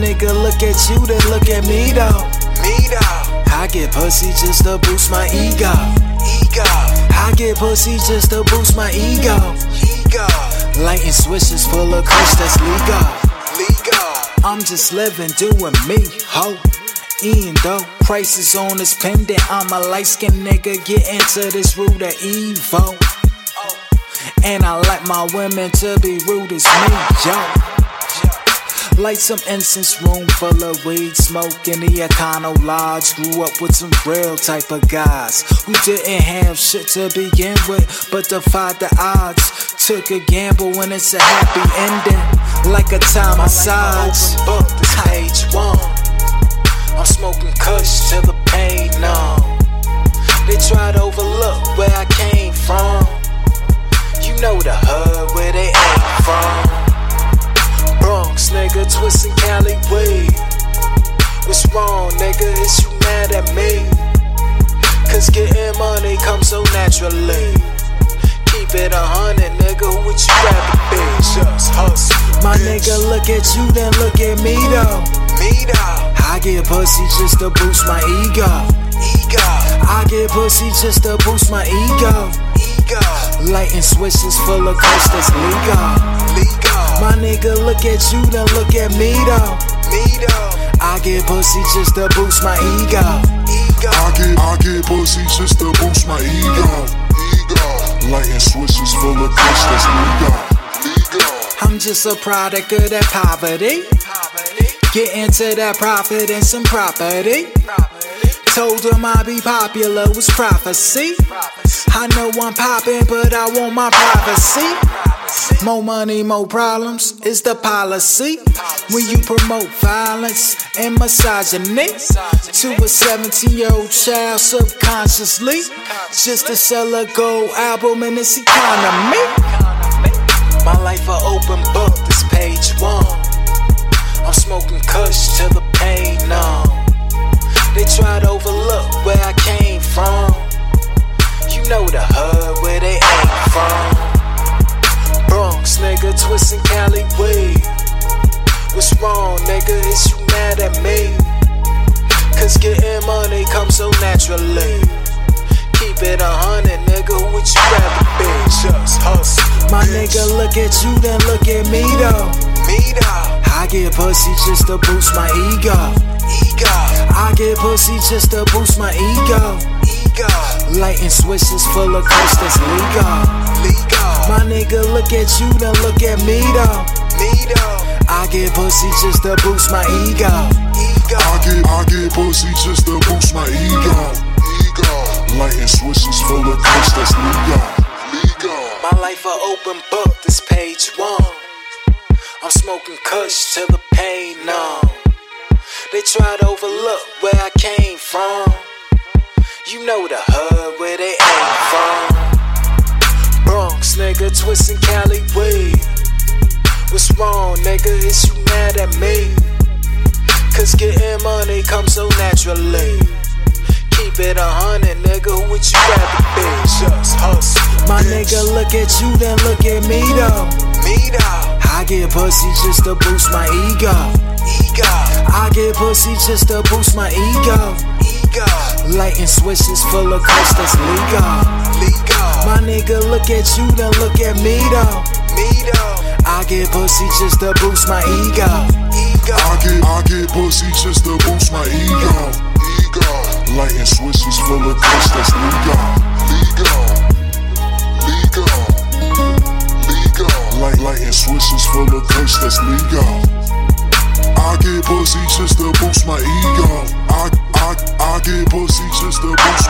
nigga look at you, then look at me though. Me though, I get pussy just to boost my ego. ego, I get pussy just to boost my ego. ego, Lighting switches full of kush that's legal. legal. I'm just living, doing me, ho. Even though prices on this pendant, I'm a light skinned nigga getting to this root of evil. And I like my women to be rude as me, yo. Light some incense, room full of weed smoke in the Econo Lodge. Grew up with some real type of guys who didn't have shit to begin with, but defied the odds. Took a gamble and it's a happy ending, like a time massage. Book this page one. I'm smoking kush till the pain numb. They try to overlook where I came from. You know the hood where they ain't from. Bronx, nigga, twisting Cali weed. What's wrong, nigga? Is you mad at me? Cause getting money comes so naturally. Keep it a hundred, nigga. Who would you rather be? Just hustle. My bitch. nigga, look at you, then look at me though. Me though, I get pussy just to boost my ego. ego, I get pussy just to boost my ego. ego, Lighting switches full of cuss that's legal. legal. My nigga, look at you, then look at me though. Me though, I get pussy just to boost my ego. ego, I get, I get pussy just to boost my ego. ego, Lighting switches full of kush that's legal. legal. I'm just a product of that poverty. Poverty, Get into that profit and some property. property, Told them I'd be popular was prophecy. property, I know I'm popping, but I want my privacy. property. More money, more problems is the policy. When you promote violence and misogyny to a 17 year old child subconsciously, just to sell a gold album in this economy. My life a open book, this page one. I'm smoking kush till the pain numb. They try to overlook where I came from. You know the hood where they ain't from. Bronx nigga twisting Cali weed. What's wrong, nigga? Is you mad at me? Cause getting money comes so naturally. Keep it a hundred, nigga. Who would you rather be? Just hustle. My bitch. nigga, look at you, then look at me though. Me though, I get pussy just to boost my ego. ego, I get pussy just to boost my ego. ego, Lighting switches full of cuss that's legal. legal. My nigga, look at you, then look at me though. Me though, I get pussy just to boost my ego. I ego, get, I get pussy just to boost my ego. ego, Lighting switches full of kush that's legal. Legal. My life a open book, this page one. I'm smoking kush till the pain numb. They try to overlook where I came from. You know the hood where they ain't from. Bronx nigga twisting Cali weed. What's wrong, nigga? Is you mad at me? Cause getting money comes so naturally. Keep it a hundred, nigga. Who would you rather be? just hustle. My bitch. nigga, look at you, then look at me though. Me though, I get pussy just to boost my ego. ego, I get pussy just to boost my ego. ego, Lighting switches full of cuss that's legal. legal. My nigga, look at you, then look at me though. Me though, I get pussy just to boost my ego. I ego, get, I get pussy just to boost my ego. ego. Lighting switches full of kush that's legal. Legal. Legal. Legal. Light, lighting switches full of kush that's legal. I get pussy just to boost my ego. I, I, I get pussy just to boost